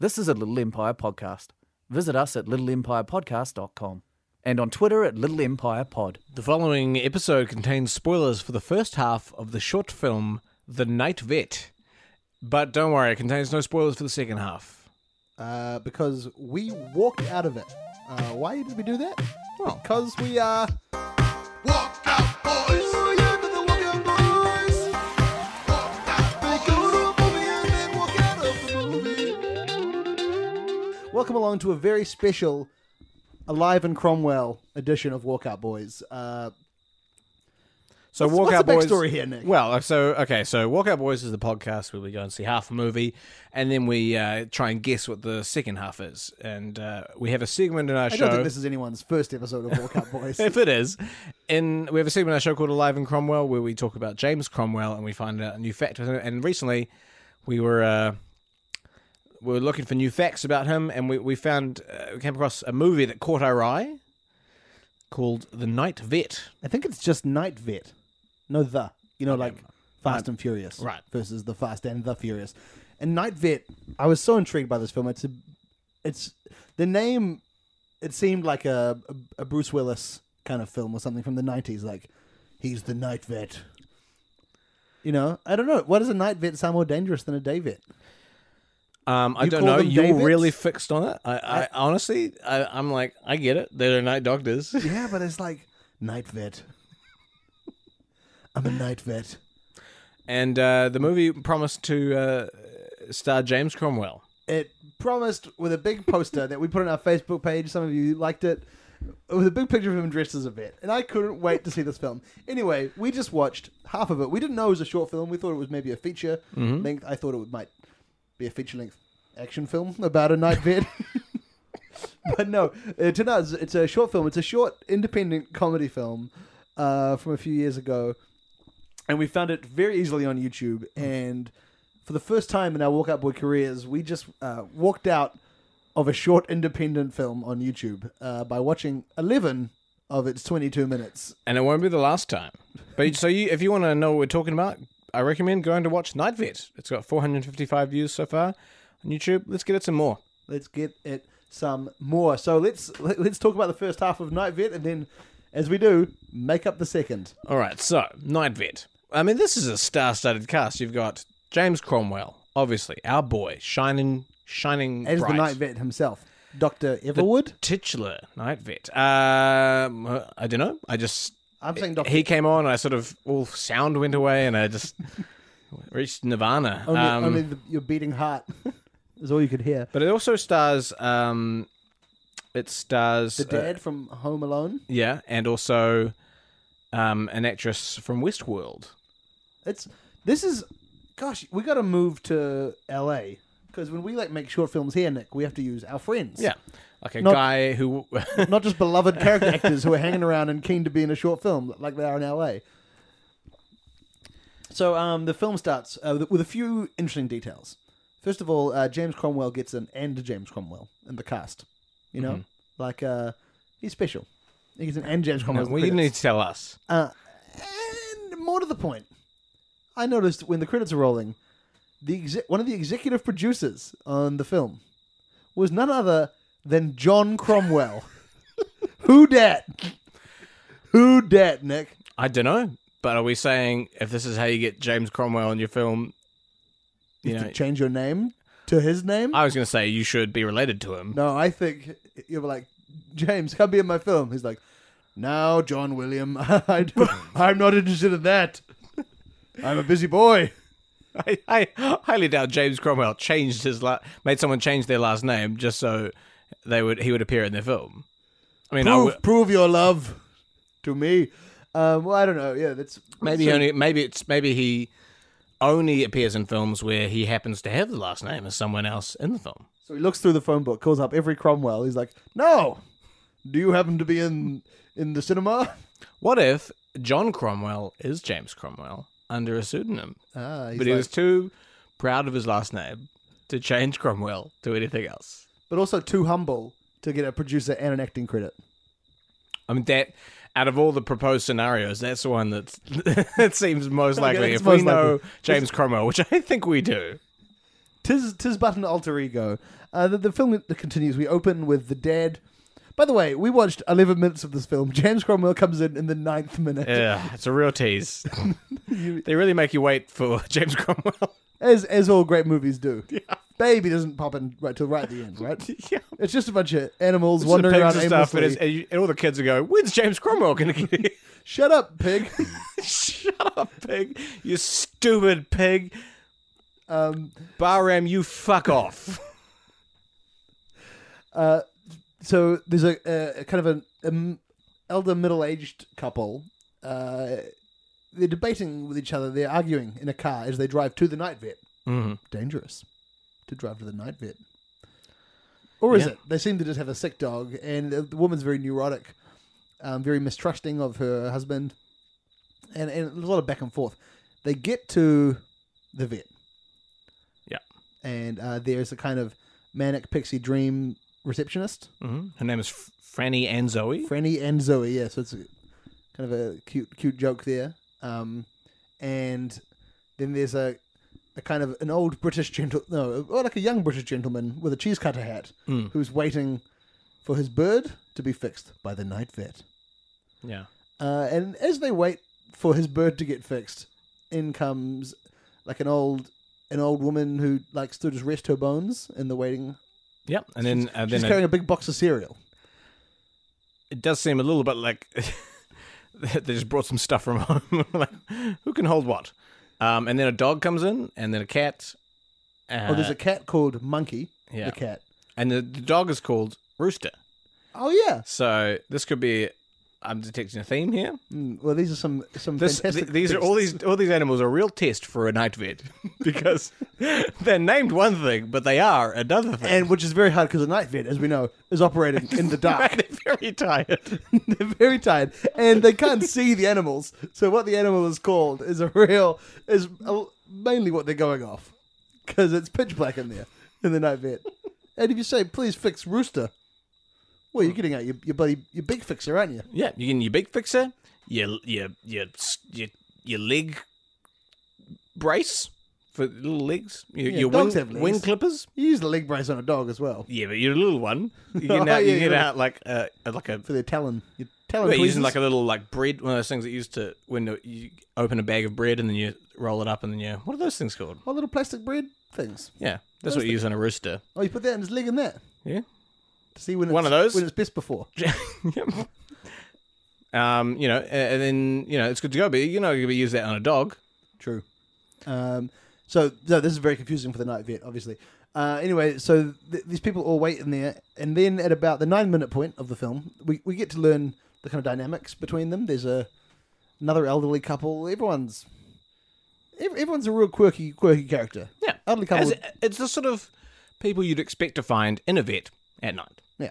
This is a Little Empire podcast. Visit us at littleempirepodcast.com and on Twitter at Little Empire Pod. The following episode contains spoilers for the first half of the short film The Night Vet. But don't worry, it contains no spoilers for the second half. uh, because we walked out of it. Uh, why did we do that? Well, because we uh, are. Welcome along to a very special Alive in Cromwell edition of Walkout Boys. Uh, So What's- Walkout what's the Boys. backstory here, Nick? Well, uh, so okay, so Walkout Boys is the podcast where we go and see half a movie, and then we uh, try and guess what the second half is. And uh, we have a segment in our I show. don't think this is anyone's first episode of Walkout Boys. if it is, in we have a segment on our show called Alive in Cromwell where we talk about James Cromwell and we find out a new fact. with him. And recently, we were uh, we were looking for new facts about him, and we we found uh, we came across a movie that caught our eye called The Night Vet. I think it's just Night Vet. No, the. You know, like Fast and Furious. Right. Versus the Fast and the Furious. And Night Vet, I was so intrigued by this film. It's a, it's the name, it seemed like a, a Bruce Willis kind of film or something from the 90s. Like, he's the Night Vet. You know, I don't know. Why does a night vet sound more dangerous than a day vet? Um, I You don't call know. them You're Davids? really fixed on it. I, I, honestly, I, I'm like, I get it. They're night doctors. Yeah, but it's like night vet. I'm a night vet. and uh, the movie promised to uh, star James Cromwell. it promised with a big poster that we put on our Facebook page. Some of you liked it. With a big picture of him dressed as a vet, and I couldn't wait to see this film. Anyway, we just watched half of it. We didn't know it was a short film. We thought it was maybe a feature length. I thought it might be a feature length action film about a night vet. but no, it turned out it's- it's a short film. It's a short independent comedy film uh, from a few years ago, and we found it very easily on YouTube. And for the first time in our Walkout Boy careers, we just uh, walked out of a short independent film on YouTube uh, by watching eleven of its twenty-two minutes. and it won't be the last time. But so you, if you want to know what we're talking about, I recommend going to watch Night Vet. It's got 455 views so far on YouTube. Let's get it some more. Let's get it some more. So let's let- let's talk about the first half of Night Vet, and then, as we do, make up the second. All right, so Night Vet. I mean, this is a star-studded cast. You've got James Cromwell, obviously, our boy, shining, shining As bright. the Night Vet himself, Doctor Everwood. Titular Night Vet. Um, I don't know. I just I'm saying Doctor. he came on, and I sort of all sound went away, and I just reached Nirvana. Only, um, only the, your beating heart is all you could hear. but it also stars. Um, it stars The uh, dad from Home Alone. Yeah, and also um, an actress from Westworld. It's this is, gosh, we got to move to L.A. because when we like make short films here, Nick, we have to use our friends. like a Not- guy who. not just beloved character actors who are hanging around and keen to be in a short film like they are in LA. So um, the film starts uh, with- with a few interesting details. First of all, uh, James Cromwell gets an and James Cromwell in the cast. You know, like uh, he's special. He gets an and James Cromwell. in the well, you credits. need to tell us. Uh, and more to the point, I noticed when the credits are rolling, the exe- one of the executive producers on the film was none other than John Cromwell. Who dat? Who dat, Nick? I don't know, but are we saying if this is how you get James Cromwell in your film? You You have know- to change your name to his name? I was going to say you should be related to him. no, I think you're like, James, come be in my film. He's like, no, John William, I, I'm not interested in that. I'm a busy boy. I, I highly doubt James Cromwell changed his la- made someone change their last name just so they would he would appear in their film. I mean, I prove, would- prove your love to me. Um, well, I don't know. Yeah, that's maybe so- only maybe it's maybe he only appears in films where he happens to have the last name as someone else in the film. So he looks through the phone book, calls up every Cromwell. He's like, "No, do you happen to be in in the cinema?" What if John Cromwell is James Cromwell under a pseudonym, Ah, he's but he like- was too proud of his last name to change Cromwell to anything else? but also too humble to get a producer and an acting credit. I mean that. Out of all the proposed scenarios, that's the one that's, that seems most likely. that's If we most likely. know James Cromwell, which I think we do, Tis tis but an alter ego. Uh, the, the film continues. We open with the dad. By the way, we watched 11 minutes of this film. James Cromwell comes in in the ninth minute. yeah, it's a real tease. they really make you wait for James Cromwell. as as all great movies do. Baby doesn't pop in right till right at the end, right? yeah, It's just a bunch of animals wandering pigs around and aimlessly. stuff, and, it's- and you- and all the kids are going, "When's James Cromwell going to get here?" Shut up, pig. Shut up, pig! You stupid pig! um, Barham, you fuck off! Uh, so there's a, a, a kind of an um, elder middle-aged couple. Uh, they're debating with each other. They're arguing in a car as they drive to the night vet. Mhm. Dangerous to drive to the night vet. Or is Yeah. it? They seem to just have a sick dog, and the, the woman's very neurotic, um, very mistrusting of her husband, and, and there's a lot of back and forth. They get to the vet, Yeah. and uh, there's a kind of manic pixie dream receptionist. hmm Her name is F- Franny and Zoe. Franny and Zoe. Yeah, so it's a, kind of a cute, cute joke there. Um, and then there's a, a kind of an old British gentle, no, or like a young British gentleman with a cheese cutter hat Hmm. who's waiting for his bird to be fixed by the night vet. Yeah. Uh, and as they wait for his bird to get fixed, in comes like an old, an old woman who likes to just rest her bones in the waiting. Yep. And then, uh, She's then carrying it, a big box of cereal. it does seem a little bit like they just brought some stuff from home. like, who can hold what? Um, and then a dog comes in, and then a cat. Uh, oh, there's a cat called Monkey. yeah. The cat. and the, the dog is called Rooster. Oh yeah, So this could be. I'm detecting a theme here. Mm, Well, these are some some This, th- fantastic. these are all these all these animals are a real test for a night vet because they're named one thing, but they are another thing. and which is very hard because a night vet, as we know, is operating in the dark. they're very tired. They're very tired, and they can't see the animals. So what the animal is called is a real is a, mainly what they're going off because it's pitch black in there in the night vet. And if you say, "Please fix rooster," well, you're getting out your, your bloody your big fixer, aren't you? Yeah, you getting your big fixer, your your your s- your, your leg brace for little legs, your, Yeah, your wing, dogs have legs. wing clippers. You use the leg brace on a dog as well Yeah, but your little one, you Oh, get out, yeah, you get yeah. out like a like a for their talon. Your talon. Well, you're using tweezers. like a little like bread, one of those things that you used to when you open a bag of bread and then you roll it up and then you what are those things called? oh, little plastic bread things. Yeah, that's what you use on a rooster. Oh, you put that in his leg in that Yeah. to see when One it's- of those? when it's best before. Yep. Um, you know, a- and then you know it's good to go, but you know you could use that on a dog. True. Um, so no, this is very confusing for the night vet, obviously. Uh, anyway, so th- these people all wait in there, and then at about the nine minute point of the film, we, we get to learn the kind of dynamics between them. There's a another elderly couple. Everyone's ev- everyone's a real quirky quirky character. Yeah, elderly couple. As- it's the sort of people you'd expect to find in a vet at night. yeah,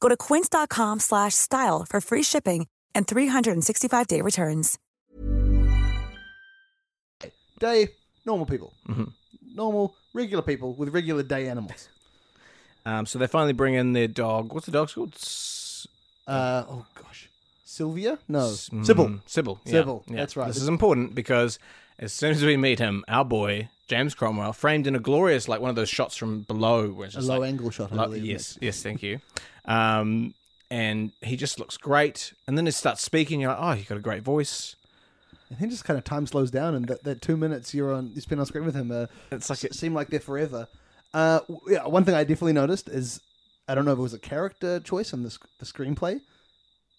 Go to quince.com/style slash style for free shipping and 365-day returns. Day normal people, Mm-hmm. normal regular people with regular day animals. Um, so they finally bring in their dog. What's the dog's called? S- Uh, oh gosh, Sylvia? No, Sybil. Mm, Sybil. yeah, Sybil, yeah. that's right. This is important because as soon as we meet him, our boy James Cromwell, framed in a glorious like one of those shots from below, where it's A just low like, angle shot. I Lo- believe, isn't it? yes, yes, thank you. Um, and he just looks great. And then he starts speaking. You're like, oh, you got a great voice. And then just kind of time slows down, and that, that two minutes you're on, you spend on screen with him, uh, It's like s- it- seem like they're forever. Uh, w- yeah, one thing I definitely noticed is I don't know if it was a character choice in the, sc- the screenplay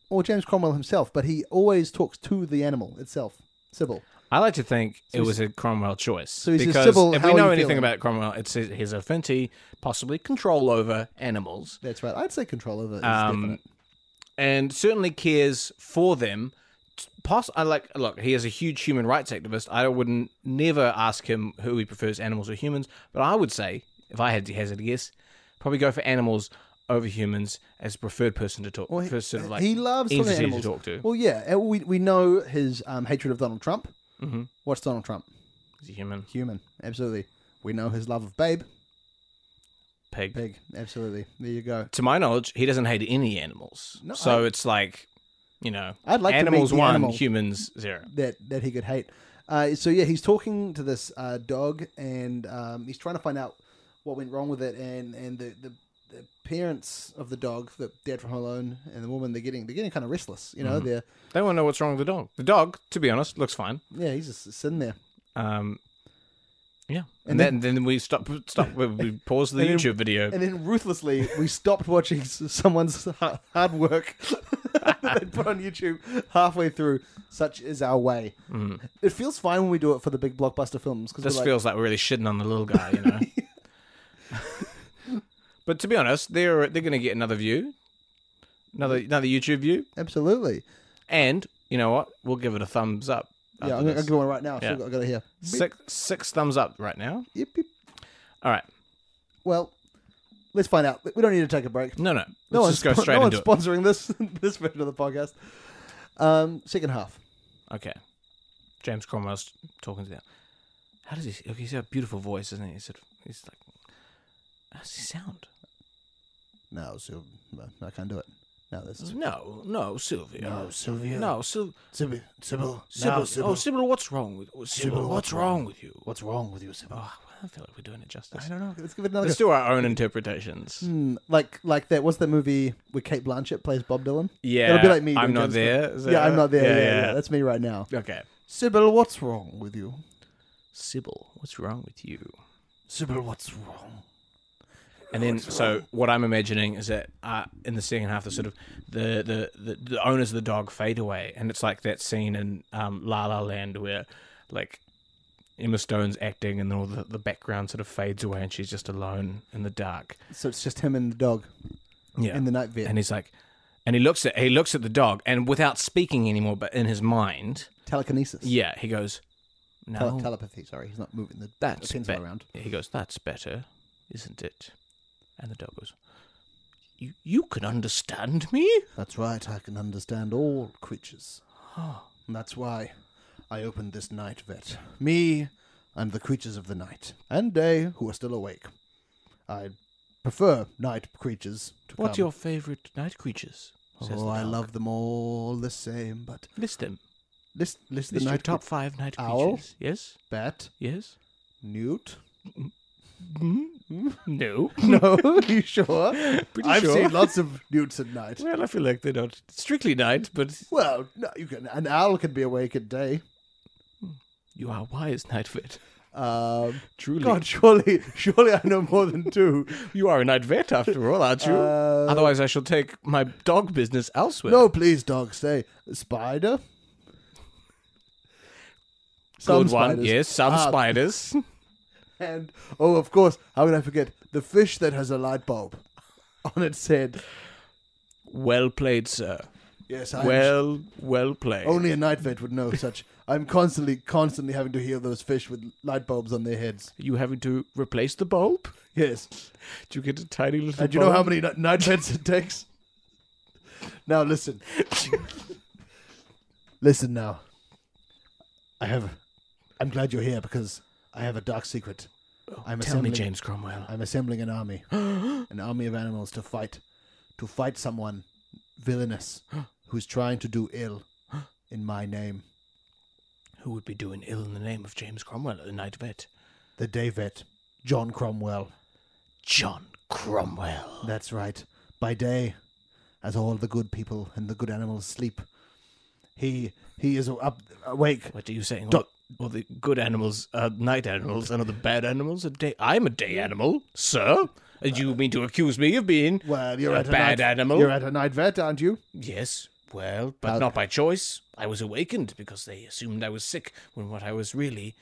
or James Cromwell himself, but he always talks to the animal itself, Sybil. I like to think it was a Cromwell choice. So he says, because "Sybil, if how we are know you anything feeling?" about Cromwell, it's his, his affinity, possibly control over animals, That's right. I'd say control over it is um, definite. and certainly cares for them. T- Poss- I like look. He is a huge human rights activist. I wouldn't never ask him who he prefers, animals or humans. But I would say, if I had to hazard a guess, probably go for animals over humans as preferred person to talk. Well, he, first sort of like he loves talking to entity animals. to talk to. Well, yeah, and we we know his um, hatred of Donald Trump. Mm-hmm. What's Donald Trump? He's a human Human, absolutely. We know his love of Babe, pig. pig, absolutely. There you go. to my knowledge, he doesn't hate any animals. No, so I- it's like, you know, I'd like to animals meet the one, animal. humans zero. that that he could hate. Uh, so yeah, he's talking to this uh, dog, and um, he's trying to find out what went wrong with it. And and the, the the parents of the dog, the dad from Home Alone, and the woman, they're getting they're getting kind of restless. You Mm-hmm. know, they're They want to know what's wrong with the dog. The dog, to be honest, looks fine. yeah, he's just sitting there. Um, yeah, And and, then, then we stop. Stop. We, we pause the then- YouTube video. And then ruthlessly, we stopped watching s- someone's ha- hard work that they put on YouTube halfway through. Such is our way. It feels fine when we do it for the big blockbuster films Mm-hmm. because this like, feels like we're really shitting on the little guy, you know. but to be honest, they're they're going to get another view, another another YouTube view, absolutely. and you know what? We'll give it a thumbs up. Yeah, I'm after gonna, I'll this. give one right now. Yeah. I've got it here. six six thumbs up right now. Yip, yip. All right. Well, let's find out. We don't need to take a break. No, no. Let's No just go one's, straight no into one's sponsoring this this version of the podcast. Um, second half. it. Okay. James Cromwell's talking to them. How does he? Okay, he's got a beautiful voice, isn't he? He's, sort of, he's like, how does he sound? No, so no, I can't do it. No, this is No, no, Sylvia. No, Sylvia. No, Syl- Sybil. Sybil. Sybil. Oh, Sybil, what's wrong with Sybil? what's wrong with you? What's wrong with you, Sybil? Oh, well, I feel like we're doing it justice. I don't know. Let's give it another. Let's Go. do our own interpretations. Hmm, like like that. What's that movie where Kate Blanchett plays Bob Dylan? Yeah, that'll be like me. I'm doing not James there. Bond. Is Yeah, that- I'm not there. Yeah, Yeah, yeah, yeah. that's me right now. Okay. Sybil, what's wrong with you? Sybil, what's wrong with you? Sybil, what's wrong? And then, so what I'm imagining is that uh, in the second half, the sort of the, the, the, the owners of the dog fade away, and it's like that scene in um, La La Land where, like, Emma Stone's acting, and all the, the background sort of fades away, and she's just alone in the dark. So it's just him and the dog Yeah, and the night vet. and he's like, and he looks at he looks at the dog, and without speaking anymore, but in his mind, telekinesis. yeah, he goes, no, Tele- telepathy. Sorry, he's not moving the that's the pencil bet- around. He goes, "That's better, isn't it?" And the dog goes, "You you can understand me." That's right. I can understand all creatures. And that's why I opened this night vet. Me and the creatures of the night and day who are still awake. I prefer night creatures. To What's come. your favorite night creatures? Says Oh, the I dog. love them all the same. But list them. list list the List your night top cre- five night Owl? creatures. Yes, bat yes. newt. Mm. No. No, you sure? Pretty I've sure. seen lots of newts at night. well, I feel like they're not strictly night, but Well, no, you can. An owl can be awake at day. you are wise, night vet. Um, Truly, God, surely, surely I know more than two. you are a night vet after all, aren't you? Uh, Otherwise, I shall take my dog business elsewhere. No, please, dog, stay. Spider? Some Good one. spiders. Yes, some Ah, spiders. And, oh, of course, how could I forget? The fish that has a light bulb on its head. Well played, sir. Yes, I Well, well played. only a night vet would know such. I'm constantly, constantly having to heal those fish with light bulbs on their heads. you having to replace the bulb? Yes. Do you get a tiny little? And Uh, do you know how bulb? many ni- night vets it takes? Now, listen. Listen now. I have. I'm glad you're here because I have a dark secret. I'm Tell me, assembling- James Cromwell. I'm assembling an army, an army of animals to fight, to fight someone villainous who's trying to do ill in my name. Who would be doing ill in the name of James Cromwell, a night vet? The day vet, John Cromwell. John Cromwell. That's right. By day, as all the good people and the good animals sleep, He he is up awake. What are you saying? All, all the good animals are night animals, and all the bad animals are day. I'm a day animal, sir. And you mean to accuse me of being Well, you're a at a bad night- animal? You're at a night vet, aren't you? Yes, well, but not by choice. I was awakened because they assumed I was sick when what I was really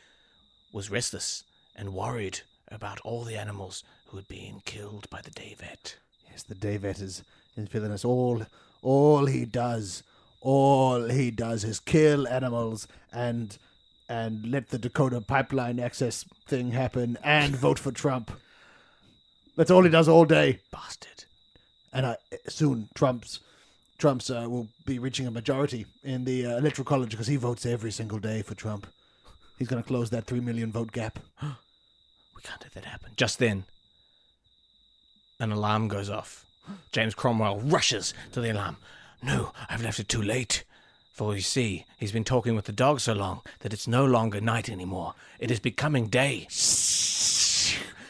was restless and worried about all the animals who had been killed by the day vet. Yes, the day vet is, is villainous. All all he does, all he does is kill animals and and let the Dakota pipeline access thing happen and vote for Trump. That's all he does all day. Bastard. And I, soon Trump's Trump's uh, will be reaching a majority in the uh, electoral college because he votes every single day for Trump. He's going to close that three million vote gap. We can't let that happen. Just then, an alarm goes off. James Cromwell rushes to the alarm. No, I've left it too late. For you see, he's been talking with the dog so long that it's no longer night anymore. It is becoming day.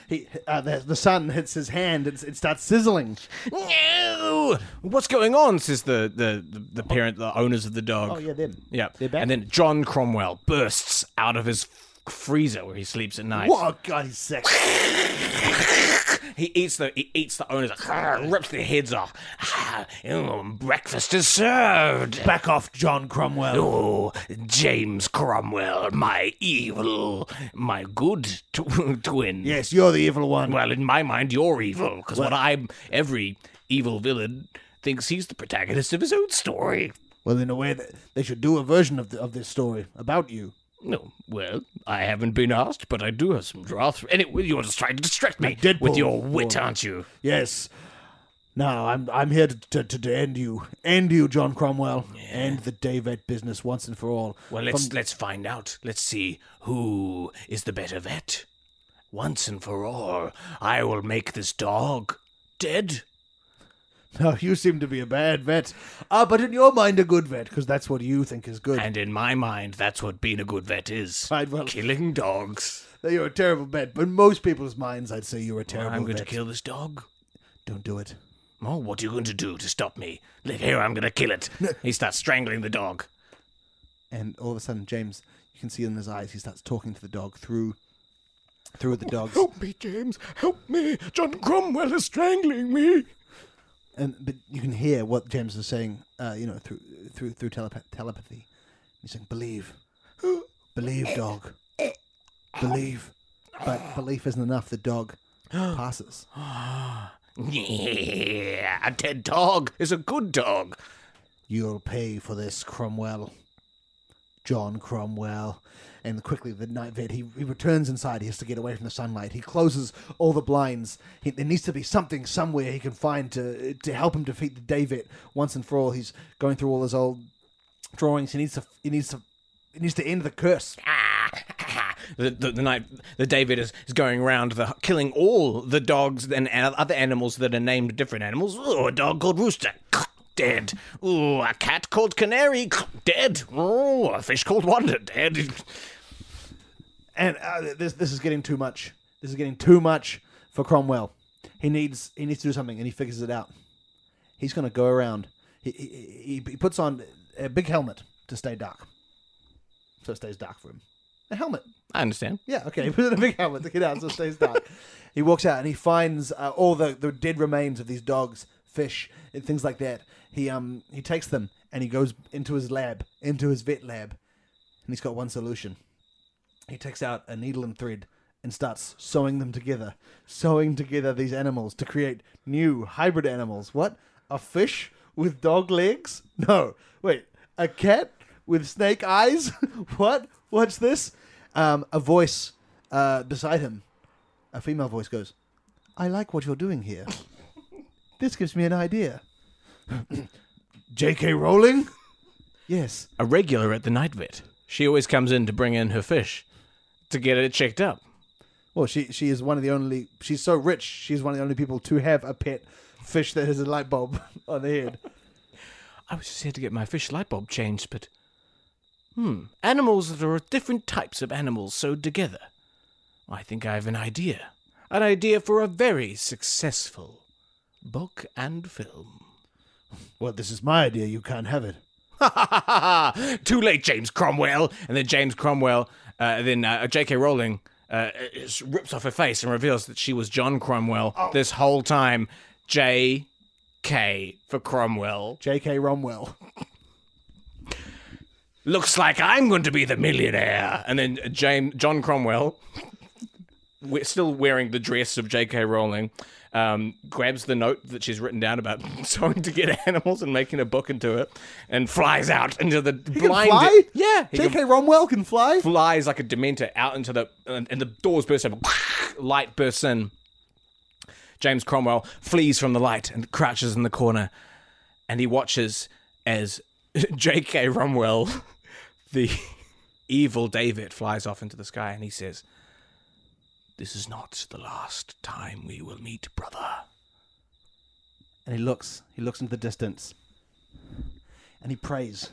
He, uh, the, the sun hits his hand. It's, it starts sizzling. No! What's going on? Says the, the, the, the parent, the owners of the dog. Oh yeah, them. Yeah. they're back. And then John Cromwell bursts out of his f- freezer where he sleeps at night. Whoa, God, he's sick. He eats the he eats the owners, rips their heads off. Ew, breakfast is served. Back off, John Cromwell. Oh, James Cromwell, my evil, my good tw- twin. Yes, you're the evil one. Well, in my mind, you're evil because what I'm every evil villain thinks he's the protagonist of his own story. Well, in a way, that they should do a version of the, of this story about you. No, well, I haven't been asked, but I do have some drafts. Anyway, you're just trying to distract me did with pull- your wit, pull. aren't you? Yes. Now I'm I'm here to to, to, to end you, end you, John Cromwell, end the day vet business once and for all. Well, let's From- let's find out. Let's see who is the better vet. Once and for all, I will make this dog dead. no, you seem to be a bad vet, ah, but in your mind a good vet, because that's what you think is good. And in my mind, that's what being a good vet is. Right, well- killing dogs. That You're a terrible vet, but in most people's minds, I'd say you're a terrible I'm going vet. to kill this dog. Don't do it. Oh, what are you going to do to stop me? Look here, I'm going to kill it. He starts strangling the dog. and all of a sudden James, you can see in his eyes, he starts talking to the dog through through the dogs. me, James. Help me. John Cromwell is strangling me. And but you can hear what James is saying, uh, you know, through through through telepa- telepathy. He's saying, "Believe, believe, dog, believe." But belief isn't enough. The dog passes. Yeah, a dead dog is a good dog. You'll pay for this, Cromwell. John Cromwell. And quickly, the night vet, he, he returns inside. He has to get away from the sunlight. He closes all the blinds. He, there needs to be something somewhere he can find to, to help him defeat the day vet once and for all. He's going through all his old drawings. He needs to, he needs to, he needs to end the curse. the, the, the night the David is, is going around the, killing all the dogs and an- other animals that are named different animals. Oh, a dog called Rooster, dead. Oh, a cat called Canary, dead. Oh, a fish called Wonder, dead. and uh, this this is getting too much. This is getting too much for Cromwell. He needs he needs to do something, and he figures it out. He's going to go around. He, he he he puts on a big helmet to stay dark, so it stays dark for him. A helmet, I understand. yeah, okay. He puts on a big helmet to get out, so it stays dark. he walks out and he finds uh, all the the dead remains of these dogs, fish, and things like that. He um he takes them and he goes into his lab, into his vet lab, and he's got one solution he takes out a needle and thread and starts sewing them together, sewing together these animals to create new hybrid animals. What? A fish with dog legs? No. Wait, a cat with snake eyes? what? What's this? Um, a voice uh, beside him, a female voice goes, I like what you're doing here. This gives me an idea. J.K. Rowling? Yes. A regular at the night vet. She always comes in to bring in her fish to get it checked up. Well, she she is one of the only. She's so rich. She's one of the only people to have a pet fish that has a light bulb on the head. I was just here to get my fish light bulb changed, but. Hmm. Animals that are different types of animals sewed together. I think I have an idea. An idea for a very successful book and film. Well, this is my idea. You can't have it. Too late, James Cromwell. And then James Cromwell, uh, then uh, J.K. Rowling uh, is- rips off her face and reveals that she was John Cromwell this whole time. J.K. for Cromwell. J.K. Romwell. Looks like I'm going to be the millionaire. And then uh, James John Cromwell, we still wearing the dress of J.K. Rowling. Um, grabs the note that she's written down about sewing to get animals and making a book into it, and flies out into the He can blinded. fly? Yeah, he can J.K. Romwell can fly? flies like a dementor out into the and, and the doors burst open light bursts in james cromwell flees from the light and crouches in the corner and he watches as jk cromwell the evil david flies off into the sky and he says this is not the last time we will meet brother And he looks. He looks into the distance. And he prays.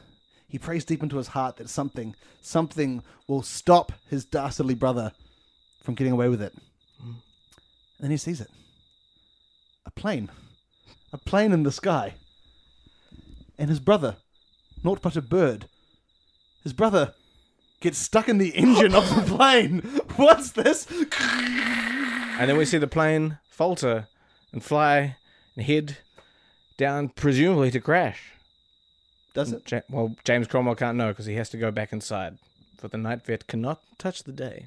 He prays deep into his heart that something, something will stop his dastardly brother from getting away with it. And then he sees it. A plane. A plane in the sky. And his brother, not but a bird. His brother gets stuck in the engine of the plane. What's this? and then we see the plane falter and fly and head down presumably to crash Does it? Ja- well, James Cromwell can't know because he has to go back inside. For the night vet cannot touch the day.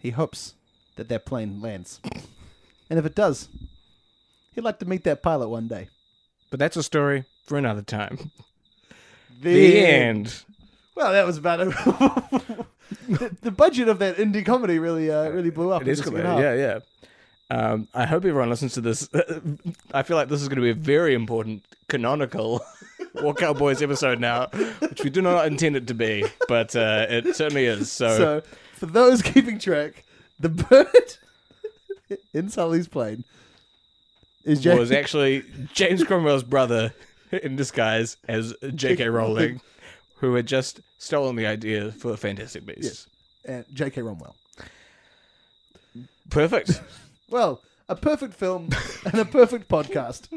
He hopes that that plane lands. And if it does, he'd like to meet that pilot one day. But that's a story for another time. The, The end. Well, that was about it. the, the budget of that indie comedy really uh, really blew up. It in is the cool. second half. Yeah, yeah. Um, I hope everyone listens to this. I feel like this is going to be a very important canonical Walkout Boys episode now, which we do not intend it to be, but uh, it certainly is. So, So, for those keeping track, the bird in Sully's plane is Jack. was actually James Cromwell's brother in disguise as J.K. Rowling, who had just stolen the idea for Fantastic Beasts. and J.K. Romwell. Perfect. Well, a perfect film and a perfect podcast.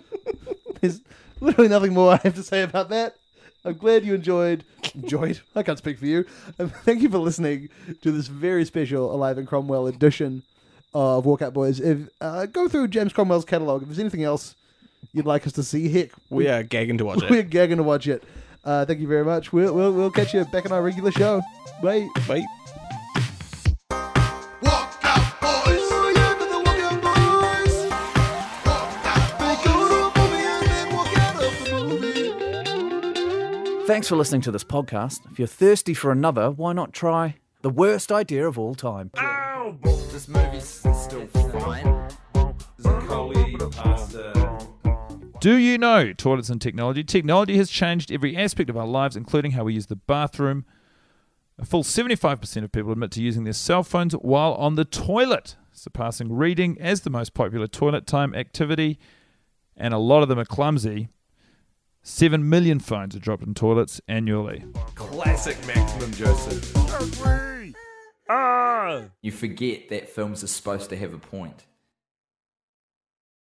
There's literally nothing more I have to say about that. I'm glad you enjoyed. Enjoyed? I can't speak for you. Um, thank you for listening to this very special Alive and Cromwell edition of Walkout Boys. If uh, Go through James Cromwell's catalogue. If there's anything else you'd like us to see, heck, We are gagging to watch we're it. gagging to watch it. Uh, thank you very much. We'll, we'll, we'll catch you back on our regular show. Bye. Bye. Walk out boys. Oh, Yeah, but the walk out boys. Walk out boys. They go to a movie and then walk out of the movie. Thanks for listening to this podcast. If you're thirsty for another, why not try the worst idea of all time? This movie's still fine. Do you know toilets and technology? Technology has changed every aspect of our lives, including how we use the bathroom. A full 75% of people admit to using their cell phones while on the toilet, surpassing reading as the most popular toilet time activity, and a lot of them are clumsy. 7 million phones are dropped in toilets annually. Classic Maximum Joseph. You forget that films are supposed to have a point.